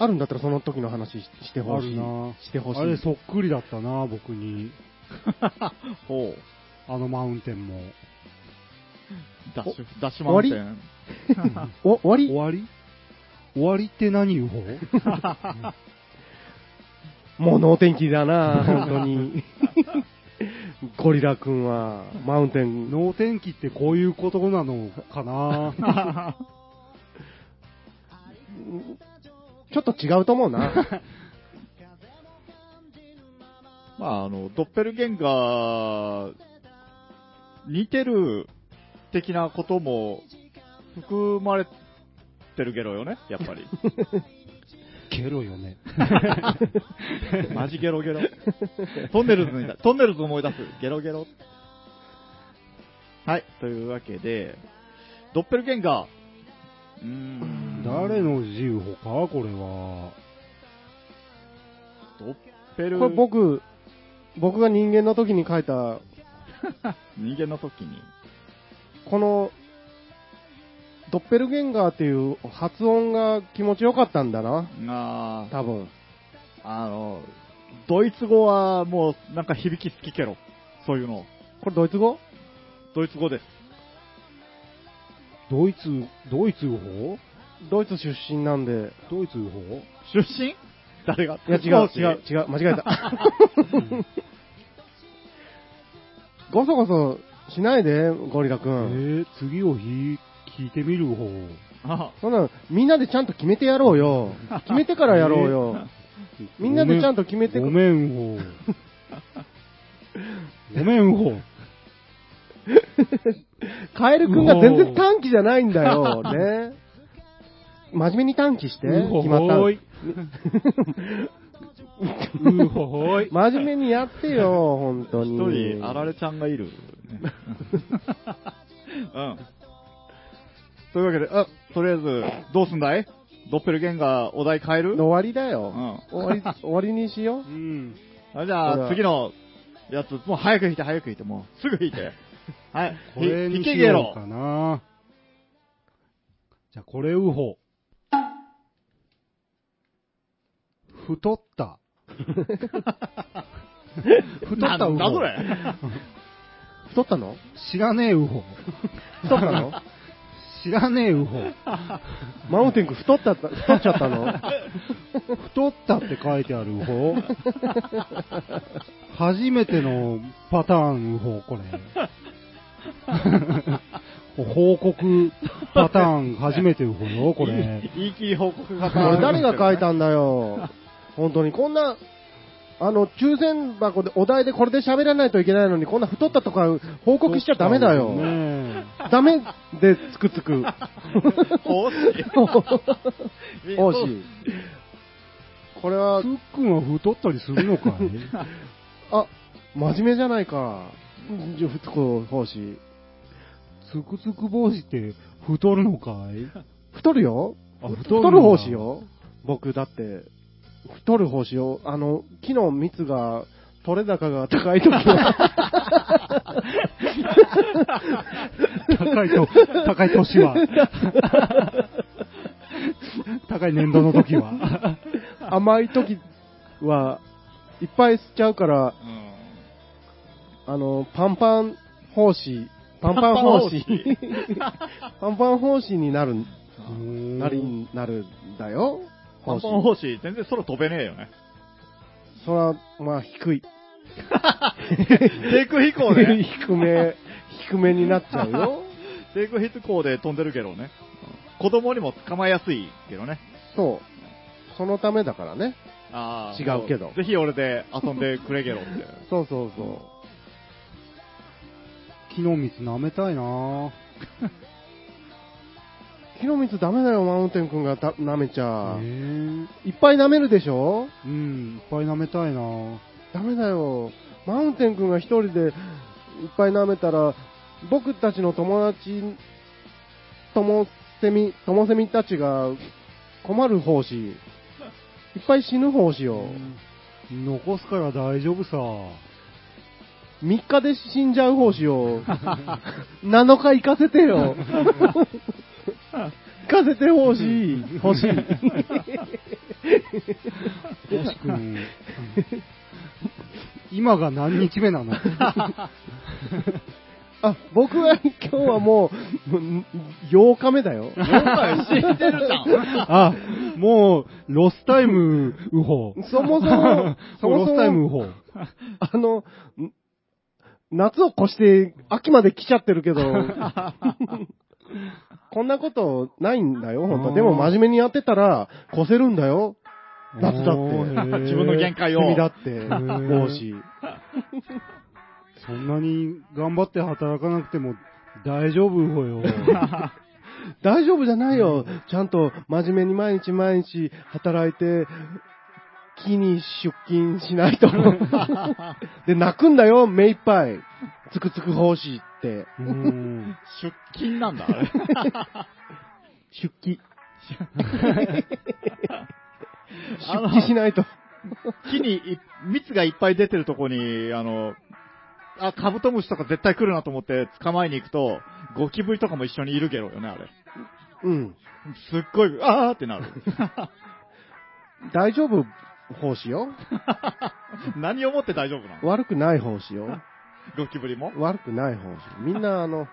あるんだったらその時の話ししてあほしるい。な。してほしい。あれそっくりだったな、僕に。 (laughs) ほう。あのマウンテンも。ダッシュ、ダッシュマウンテン。お終わ終りわり終わりって何言う方物お天気だな、本当に。ゴリラ君は、マウンテンの、能天気ってこういうことなのかなちょっと違うと思う (laughs) な。まあ、あの、ドッペルゲンガー、似てる的なことも含まれてるゲロよね、やっぱり。ゲロよね。マジゲロゲロ。トンネルズに、トンネルズ思い出す。ゲロゲロ。はい、というわけで、ドッペルゲンガー。うーん。誰の自由歩かこれは。ドッペル、これ僕、僕が人間の時に書いた、人間の時に。この、ドッペルゲンガーっていう発音が気持ちよかったんだな。あー多分。あの、ドイツ語はもうなんか響き好きけろ。そういうの。これドイツ語ドイツ語です。ドイツ、ドイツ法ドイツ出身なんで。ドイツ法出身誰がいや、違う、違う、。違う、間違えた。ごそごそしないで、ゴリラくえん。ー、次をひ聞いてみる方。あそんなの、みんなでちゃんと決めてやろうよ。決めてからやろうよ。みんなでちゃんと決めてごめん方。ごめん方。カエルくんが全然短期じゃないんだよ。ね。真面目に短期して、うほ決まったほのー。い。うほほーい。真面目にやってよ、本当に。一人、あられちゃんがいる。ねうん。というわけで、あ、とりあえず、どうすんだいドッペルゲンガーお題変える終わりだよ。う終わり、終わりにしようう。ん。あじこれゃあ、は次のやつ、もう早く引いて、早く引いて、もう、すぐ引いて。はい。これひに引けしゲよロう。かな。じゃあ、これうほ。太 (laughs) った。太ったなうんだほそ。れ。太った (laughs) の知らねえうほ。太ったの知らねえうほ。マウンテン君太った、太っちゃったの太ったって書いてある (laughs) 方初めてのパターン方これ報告パターン初めて方よこれ (laughs) いいいい報告がこれ誰が書いたんだよ。本当に、こんな、あの、抽選箱でお題でこれで喋らないといけないのに、こんな太ったとか報告しちゃダメだよ。ねダメでつくつ (laughs) く。惜しい。おし。これはふ、っくんは太ったりするのかいあ、真面目じゃないか。じゃ、ふつこ、ほうし。つくつく帽子って太るのかい太るよあ太太るるんだ方しよ僕だって、太る方しよあの、木の蜜が、取れ高が高い時は、高いと、高い年 (laughs) は。高い年度の時は。甘い時は、いっぱい吸っちゃうから、あの、パンパン方針、パンパン方針、パンパン方針になる、なり、なるんだよ。パン方パン針。方針、全然空飛べねえよ (laughs) ね。それは、まあ、低い。低空飛行ね。 (laughs) 低め、低めになっちゃ (laughs) うよ。低空飛行で飛んでるけどね。子供にも捕まえやすいけどね。そう。そのためだからね。あー違うけどぜひ俺で遊んでくれゲロって。 (laughs) そうそうそう。木の蜜舐めたいな木の蜜ダメだよ、マウンテン君がだ舐めちゃ。へえいっぱい舐めるでしょうん、いっぱい舐めたいなダメだよ。マウンテン君が一人でいっぱい舐めたら、僕たちの友達、友セミ、友セミたちが困る方し、いっぱい死ぬ方しよ。残すから大丈夫さ。 3日で死んじゃう方しよ。7日行かせてよ。行かせてほしい。欲しい。よしくん。今が何日目な (laughs) のあ、僕は今日はもう、うん8日目だよ。死んでるじゃん。あ、もう、ロスタイム、ウホ。そもそ (laughs) も、そロもそスタイム、ウも、ホ。あの、ん夏を越して秋まで来ちゃってるけど、こんなことないんだよ、本あー当でも真面目にやってたら、越せるんだよ。夏だっおーへてー。自分の限界を君だって、ー帽子。そんなに頑張って働かなくても大丈夫ほ (laughs) よ。大丈夫じゃないよ。ちゃんと真面目に毎日毎日働いて、木に出勤しないと。で、泣くんだよ、目いっぱい。つくつく奉仕って。うん。出勤なんだ、あれ。 (laughs) 出勤。あ出の勤しないと。木にい蜜がいっぱい出てるとこに、あの、あ、カブトムシとか絶対来るなと思って捕まえに行くと、ゴキブリとかも一緒にいるゲロよね、あれ。うん。すっごい、あーって (laughs) なる。大丈夫奉仕よ。何をもって大丈夫なの悪くない奉仕よ。ゴキブリも悪くない奉仕。みんな、あの、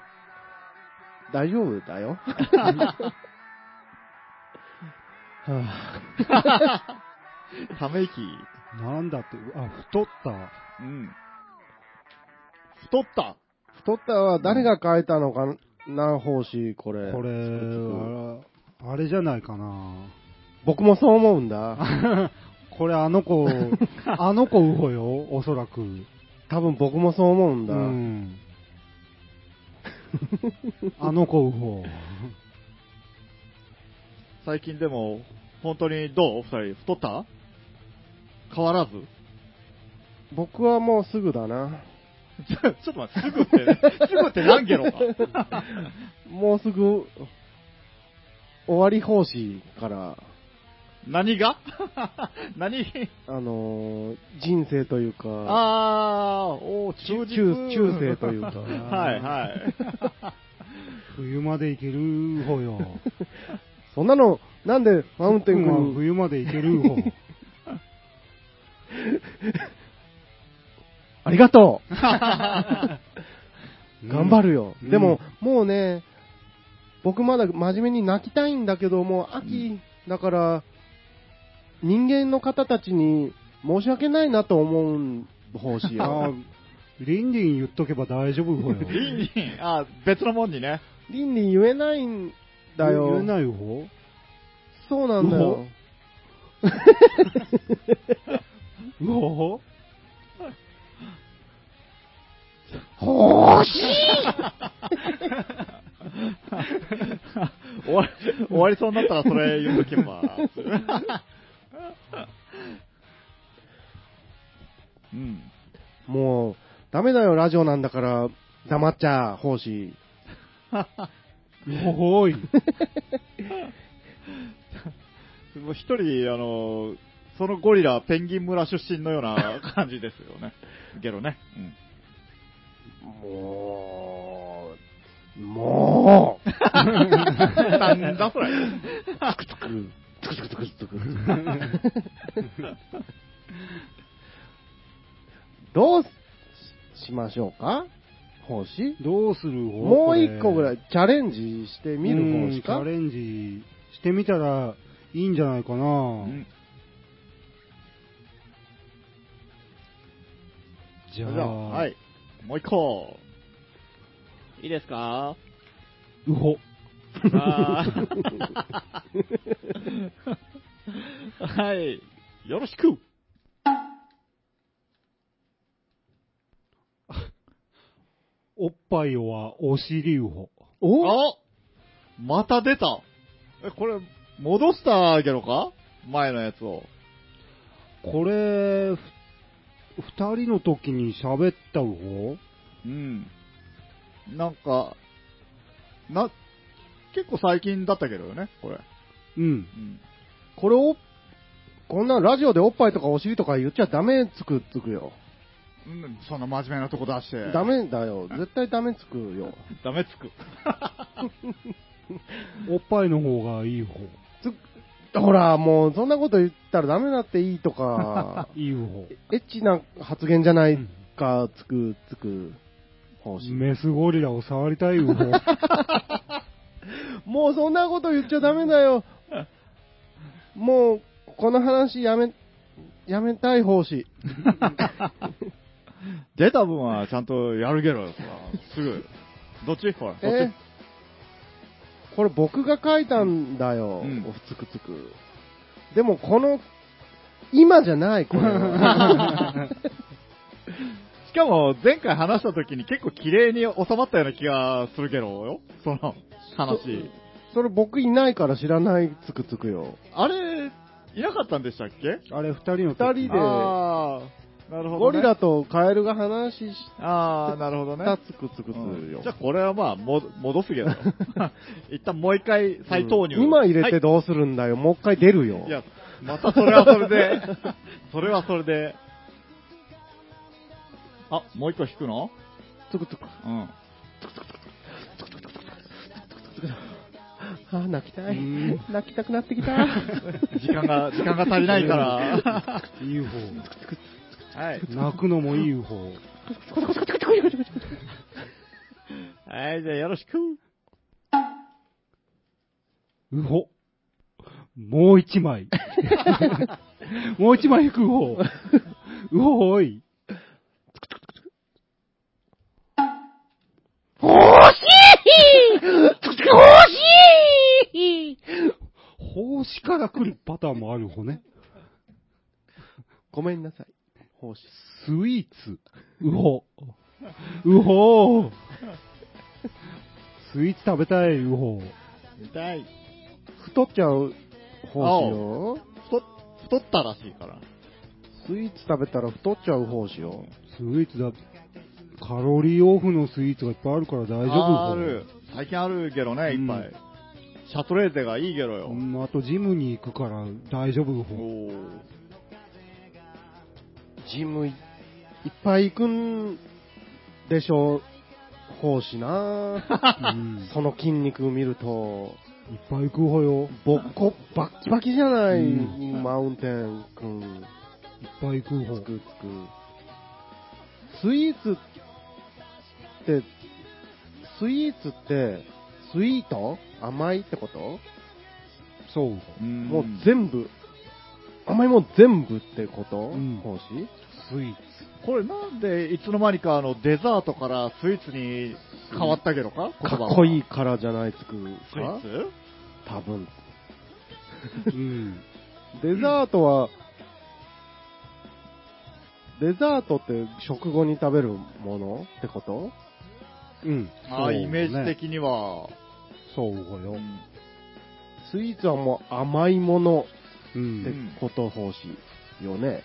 大丈夫だよ。はあため息。なんだって、あ、太った。うん。太った太ったは誰が書いたのかな、方針、これ。これ、あらあれじゃないかな。僕もそう思うんだ。 (laughs) これあの (laughs) 子、あの子ウホよ、おそらく。多分僕もそう思うんうだ。ん。あの子ウホ。最近でも、本当にどうお二人、太った変わらず (laughs) 僕はもうすぐだな。ちょちょっと待って、すぐってね、すぐって何ゲロか。 (laughs) (laughs) もうすぐ、終わり方針から、何が (laughs) 何あのー人生というか、あー、おー、中中、軸、中世というか (laughs) はいはい。冬まで行けるウホよ。そんなの、なんでマウンテンうん君に、冬まで行けるウホ。ありがとう (laughs) 頑張るよ。うんでも、もうね、僕まだ真面目に泣きたいんだけど、もう秋だから、人間の方たちに申し訳ないなと思う方 (laughs) 針あよ。リンリン言っとけば大丈夫ほよ。 (laughs) リンリン、あー、別のもんにね。倫理言えないんだよ。言えないウホそうなんだうよ。うお終わ終わりそうになったらそれ言うとけば。うん。 (laughs) (laughs) もう、ダメだよ、ラジオなんだから、黙っちゃ、奉仕。おーい。もう一人、あの、そのゴリラ、ペンギン村出身のような感じですよね。ゲロね。うん。もう、もう、なんだそれ。つく、つくつくつくつく。どうししましょうか奉仕どうするもう一個ぐらい。いチャレンジしてみるうん奉仕チャかレンジしてみたらいいんじゃないかな。うんじゃそれであ、ははい。もう一個。いいですかうほ。あーはい。よろしくおっぱいはお尻うほ。おあまた出たえ、これ、戻したゲロか前のやつを。これ、ふ二人の時に喋ったうほうん。なんか、な、結構最近だったけどね、これ。うん。うん。これを、こんなラジオでおっぱいとかお尻とか言っちゃダメつくつくよ。うんそんな真面目なとこ出して。ダメだよ。絶対ダメつくよ。ダメつく。おっぱいの方がいい方。ほら、もうそんなこと言ったらダメだっていいと (laughs)、かいい方。エッチな発言じゃないうんか、つくつく方針。メスゴリラを触りたい方。もうそんなこと言っちゃダメだよ。もう、この話やめ、やめたい方針。出た分はちゃんとやるゲロよ、そらすぐ。どっちほら、そっえこれ僕が書いたんだよ、うんつくつく。でもこの、今じゃない、これは。ち。しかも、前回話した時に結構綺麗に収まったような気がするゲロよ、その話。 (laughs) それ僕いないから知らないつくつくよ。あれ、いなかったんでしたっけあれ、二人の二時。人でああ、なるほど、ね。ゴリラとカエルが話しああ、なるほどね。た (laughs) つくつくするよ。じゃあこれはまあ、も戻すけ (laughs) ど。一旦もう一回再投入。うん今入れはてどうするんだよ。もう一回出るよい、。いや、またそれはそれ (laughs) で、それはそれで。あ、もう一個引くのつくつく。うん。あー、泣きたいうん。泣きたくな (laughs) ってきた。 (laughs) 時間が、時間が足りないから。いい (laughs) 方。はい。泣くのもいい方。はい、じゃあよろしく。うほ。もう一枚。もう一枚引く方。うほーい。奉仕から来るパターンもある方ね。ごめんなさい。奉仕。スイーツ。うほ。うほー。スイーツ食べたい、うほ。痛い。太っちゃう奉仕よ。太、太ったらしいから。スイーツ食べたら太っちゃう奉仕よ。スイーツだ。カロリーオフのスイーツがいっぱいあるから大丈夫。ある。最近あるゲロね、いっぱい。うんシャトレーゼがいいゲロよ。うん、あとジムに行くから大丈夫ほ。おージムいいっぱい行くんでしょう。奉仕 (laughs) なうん、いっその筋肉見ると、ぱい行くほよ。ボッコ、バッキバキじゃない、うマウンテン君。いっぱい行くほつ。くつく。スイーツって、スイーツって、スイート甘いってこと、そう。もう全部、甘いもん全部ってこと、ん奉仕スイーツ。これなんでいつの間にかあのデザートからスイーツに変わったけどかかっこいいかからじゃないつくスイーかツ多分。うん。デザートは、デザートって食後に食べるものってことうん。あそうあ、ねイメージ。的には。そうよ。うんスイーツはもう甘いものうってん。こと欲しいよね。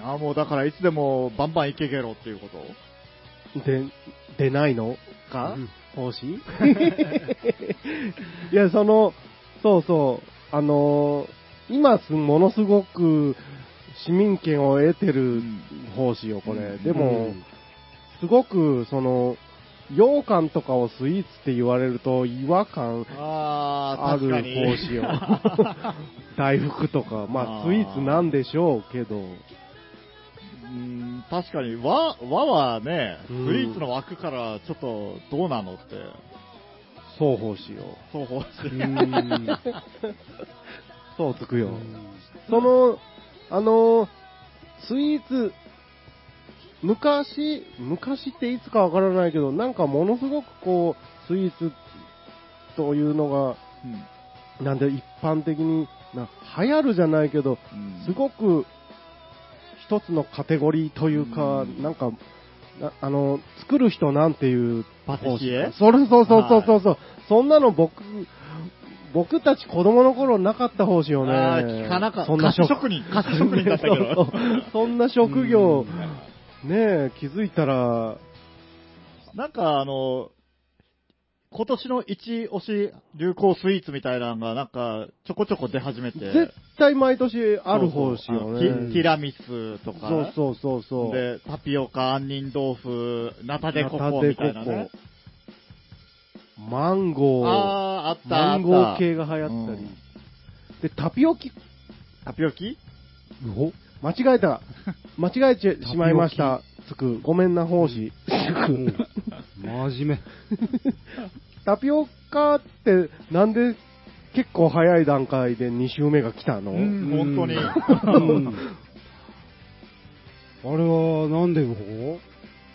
ああ、もうだからいつでもバンバンいけゲロっていうことで、出ないのか、うん方 (laughs) 針いや、その、そうそう、あのー今す、ものすごく市民権を得てる方針よ、これ。うんでも、うんすごく、その、羊羹とかをスイーツって言われると違和感ああ、あ確る方かに。針よ。大福とか、まあ、あースイーツなんでしょうけど、 (laughs) うん、確かに、和、和はね、スイうんーツの枠からちょっとどうなのって、そう方針よ。そう方針。うんそうつくよ。その、あのースイーツ、昔、昔っていつかわからないけど、なんかものすごくこう、スイーツというのうんが、なんで一般的に、な流行るじゃないけど、すごく一つのカテゴリーというか、うんなんか、なあの、作る人なんていう。パティシエそれそうそうそうそうそう。そんなの僕、僕たち子供の頃なかった方針よね。ああ、聞かなかった。そんな菓子職職 (laughs) 人、 (laughs) 菓子職人だったけど。そうそう (laughs) そんな職業、ねえ、気づいたら、なんかあの、今年の一押し流行スイーツみたいなのが、なんか、ちょこちょこ出始めて。絶対毎年あるそう方針よそうあのティティね。ラミスとか。そうそうそうそう。で、タピオカ、杏仁豆腐、ナタデコナタコデみコたいなね。コマンゴー。あー、あった、あった。マンゴー系が流行ったり。うんで、タピオキ、タピオキ間違 (laughs) えた。間違えてしまいました。つく。ごめんな、奉仕。うん真面目。 (laughs) タピオカって、なんで結構早い段階で2周目が来たの、うん、本当に。うんあれは、なんでウ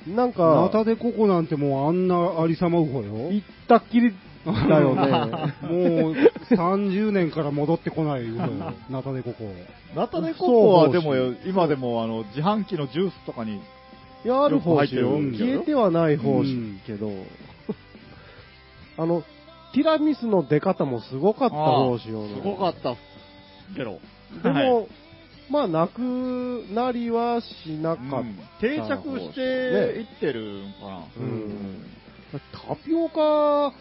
ホなんナか、タデココなんてもうあんなありさまウホよ。行ったっきりだよ (laughs) ね。 (laughs) もう30年から戻ってこないウホ (laughs) よ。ナタデココ。ナタデココはそうでも、今でもあの、自販機のジュースとかに、いや、ある方針よくよ。入ってるよ消えてはない方針けど、あの、ティラミスの出方もすごかった方針よ、ね。すごかったけど。ではいも、まあ、なくなりはしなかった。うん定着していってるんかな。うんタピオカ、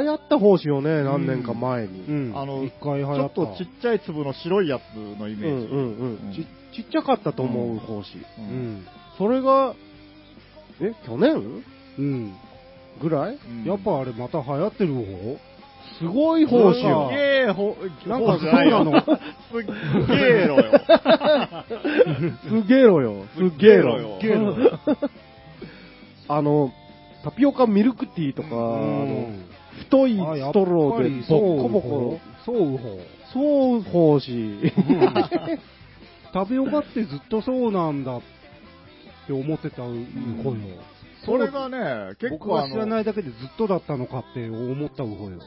流行った方針よね、何年か前に。ううんん。あの一回流ちょ行っ。ったとちっちゃい粒の白いやつのイうメんうージ。んうんちちっちゃかったと思う方針。ううんん。それが、え、去年うん。ぐらいうんやっぱあれまた流行ってる方すごい方針よよす。げえ、ほ、なんほかうじゃないよそうなのすっげえろ (laughs) よ。 (laughs) すげえろよ。すげえろ。すっげえろよ (laughs) あの、タピオカミルクティーとか、あの太いストローでボッコボコ。そうウホ。そう方針。タピオカってずっとそうなんだって思ってたウホよ。それがね、結僕構はあ知らなの、いだけでずっとだったのかって思ったウホよ。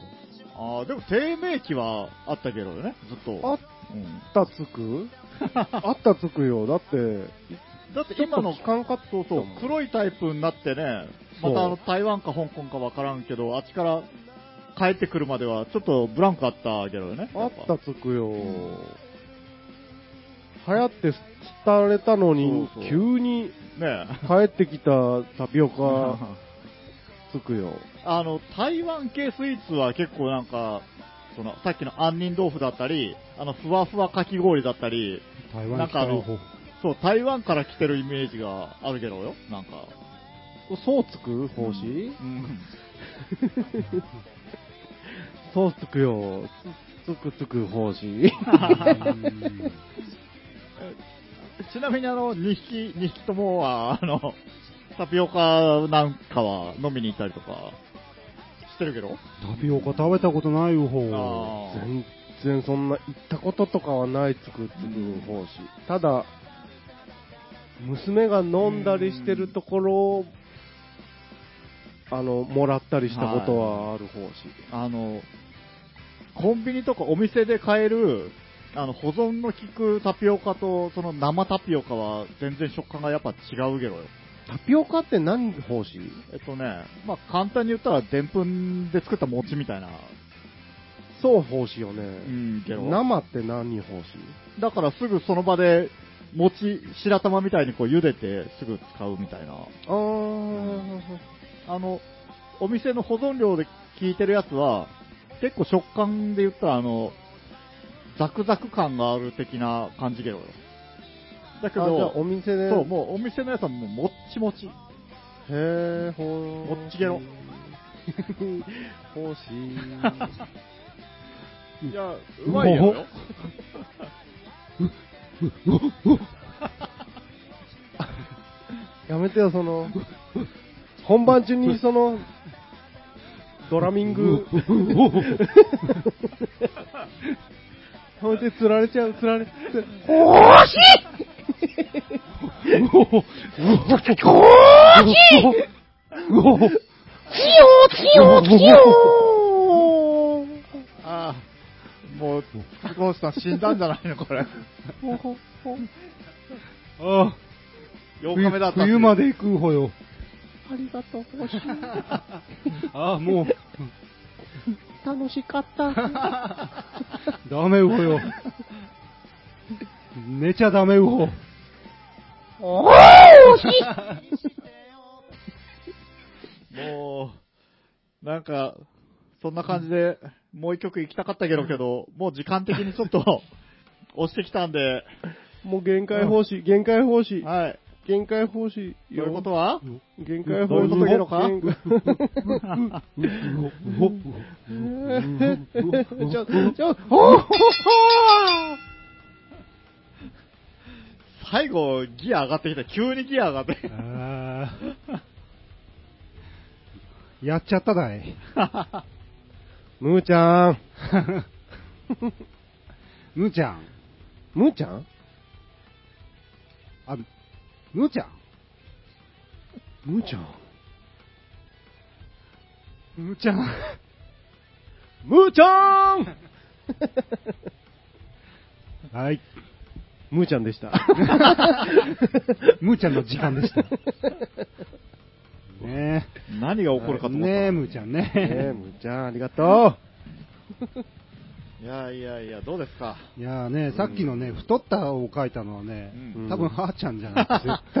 あーでも低迷期はあったけどね、ずっと。 (laughs) あっうんたつくあったつくよ。だって、だってちょっ今との期間カットと、黒いタイプになってね、そまうたあの台湾か香港かわからんけど、あっちから帰ってくるまではちょっとブランクあったけどね。あやっぱたつくよ。流行って廃れたのに、そうそう急にねえ。帰ってきたタピオカ (laughs) つくよ。 (laughs) あの、台湾系スイーツは結構なんか、その、さっきの杏仁豆腐だったり、あの、ふわふわかき氷だったり、台湾来たウホ。そう、台湾から来てるイメージがあるけどよ、なんか。そうつく方針、う (laughs) ん。そうつくよ。つつくつく方 (laughs) 針。うんちなみにあの、2匹、2匹ともは、あの、タピオカなんかは飲みに行ったりとか、してるけどタピオカ食べたことないウホ。あ全然そんな行ったこととかはないつくつく方針。ただ、娘が飲んだりしてるところを、あの、もらったりしたことはある方針。あ。あの、コンビニとかお店で買える、あの、保存の効くタピオカと、その生タピオカは全然食感がやっぱ違うゲロよ。タピオカって何奉仕えっとね、まあ簡単に言ったら、でんぷんで作った餅みたいな、そう奉仕よね。うん、ゲロ。生って何奉仕だからすぐその場で、餅、白玉みたいにこう茹でて、すぐ使うみたいな。あー、あの、お店の保存量で効いてるやつは、結構食感で言ったら、あの、ザクザク感がある的な感じゲロよ。だけあじゃあど、お店で。そう、もうお店のやつはもうもっちもち。へー、ほもー。っちげ (laughs) ろ。奉仕。いや、ううままいいゲゲロよロよ。やめてよ、その、本番中にその、ドラミング、やめて、釣られちゃう、釣られ、つああ、もう、高橋さん死んだんじゃないの、 (laughs) これ。あ8日目だった。冬ま。で行くほよ。ありがとう、奉仕。ああ、もう、楽しかった。ダメウホよ。寝ちゃダメウホ。もう、なんか、そんな感じで、もう一曲行きたかったけど、けど、もう時間的にちょっ (laughs) と、押してきたんで、もう限界奉仕、限界奉仕、はい。限界奉仕とよ。いうことは限界どうい奉う仕。こと言うのか限界 (laughs) ちょ、ちょ、ほー最後、ギア上がってきた。急にギア上がって。あーやっちゃっただい。むーちゃん。 (laughs) むーちゃん。むーちゃんあ、むーちゃん。むーちゃん。むーちゃん。むーちゃんはい。むーちゃんでした。 (laughs) むーちゃんの時間でした。ね何がえ。起こるかと思った。ねえ、むーちゃんね。ねえ、むーちゃん、ありがといやいやいや、どうですか。いやーね、さっきのね、太ったを書いたのはね、うん多分はーちゃんじゃな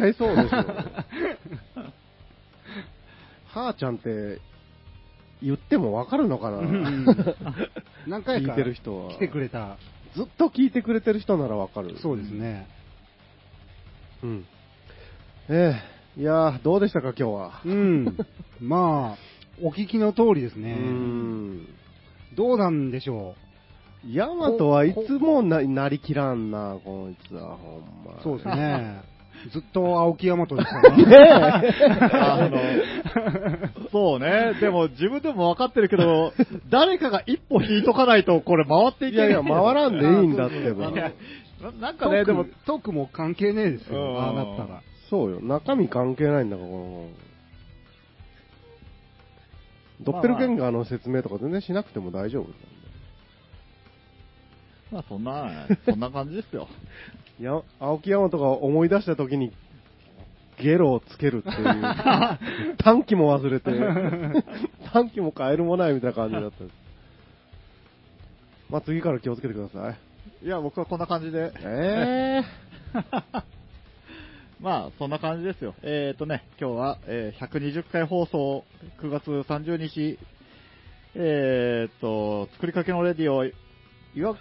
いですよ。 (laughs) う。絶対そうでしょ。はーちゃんって、言ってもわかるのかうなん何回聞かいてる人は。来てくれた。ずっと聞いてくれてる人ならわかる。そうですね。うん。ええいやーどうでしたか、今日は。うん。まあ、お聞きの通りですうね。ん。どうなんでしょヤマトはいつもななりきらんな、こいつは、ほんま。う。そうですね。ずっと青木大和でした (laughs) ね。あの、そうね。でも自分でも分かってるけど、誰かが一歩引いとかないと、これ回っていいけなやい。いや、回らんでいいんだってあばの。ななんトかね、ーでもク、トークも関係ねえですうんよ、ああなったら。そうよ、中身関係ないんだから、この。ドッペルゲンガーの説明とか全然しなくても大丈夫。まあそんな、そんな感じですよ。いや、青木山とか思い出した時に、ゲロをつけるって (laughs) いう。短期も忘れて、短期も変えるもないみたいな感じだったです。まあ、次から気をつけてください。いや、僕はこんな感じで。え (laughs) まあ、そんな感じですよ。えっ、ー、とね、今日は、えー120回放送、9月30日、えっ、ー、と、作りかけのレディオ、いわ、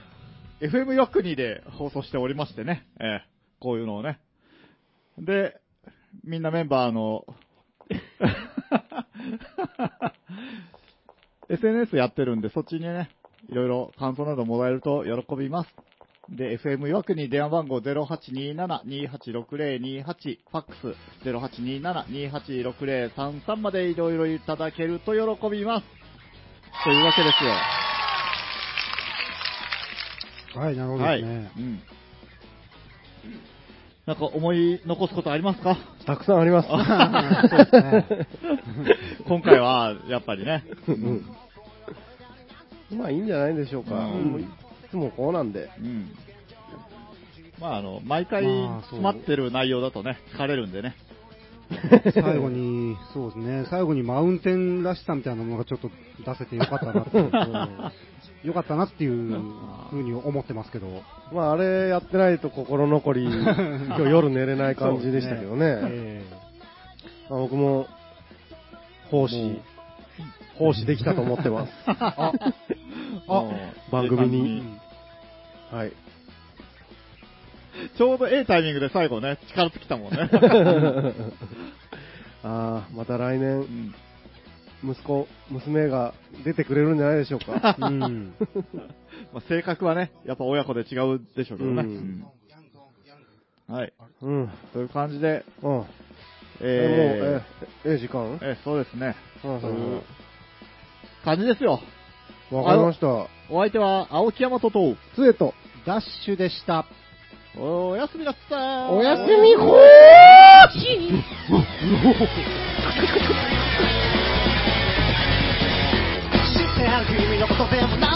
FM 岩国で放送しておりましてね、えーこういうのをね。で、みんなメンバーの、SNS やってるんで、そっちにね、いろいろ感想などもらえると喜びます。で、FM いわくに電話番号0827-286028、ファックス0827-286033までいろいろいただけると喜びます。というわけですよ。はい、なるほどはでい。すうね。ん。なんか思い残すことありますかー、たくさんあります。 (laughs) (laughs) 今回は、やっぱりね。まあいいんじゃないでしょうか。うんつもこうなんで。うん。まあ、あの、毎回まあそう詰まってる内容だとね、疲れるんでね。 (laughs) 最後に、そうですね、最後にマウンテンらしさみたいなものがちょっと出せてよかったなっていうよかったなっていうふうに思ってますけど、まああれやってないと心残 (laughs) り、今日夜寝れない感じでしたけどね。えまあ僕も、奉仕、奉仕できたと思って (laughs) ます。 (laughs) あ、番組にはい。ちょうどええタイミングで最後ね、力尽きたもんね。ああ、また来う年、ん息子、娘が出てくれるんじゃないでしょう (laughs) か。えうん (laughs) まあ、性格はね、やっぱ親子で違うでしょうけどね。うんうんはい。うん。うん。という感じで、えもう、えーええ、ええ時間えーそうですね。はいはいは感じですよ。いわかりました。お相手は、青木山とと、つえと、ダッシュでした。おやすみなさい。おやすみほー知ってある君のことでもな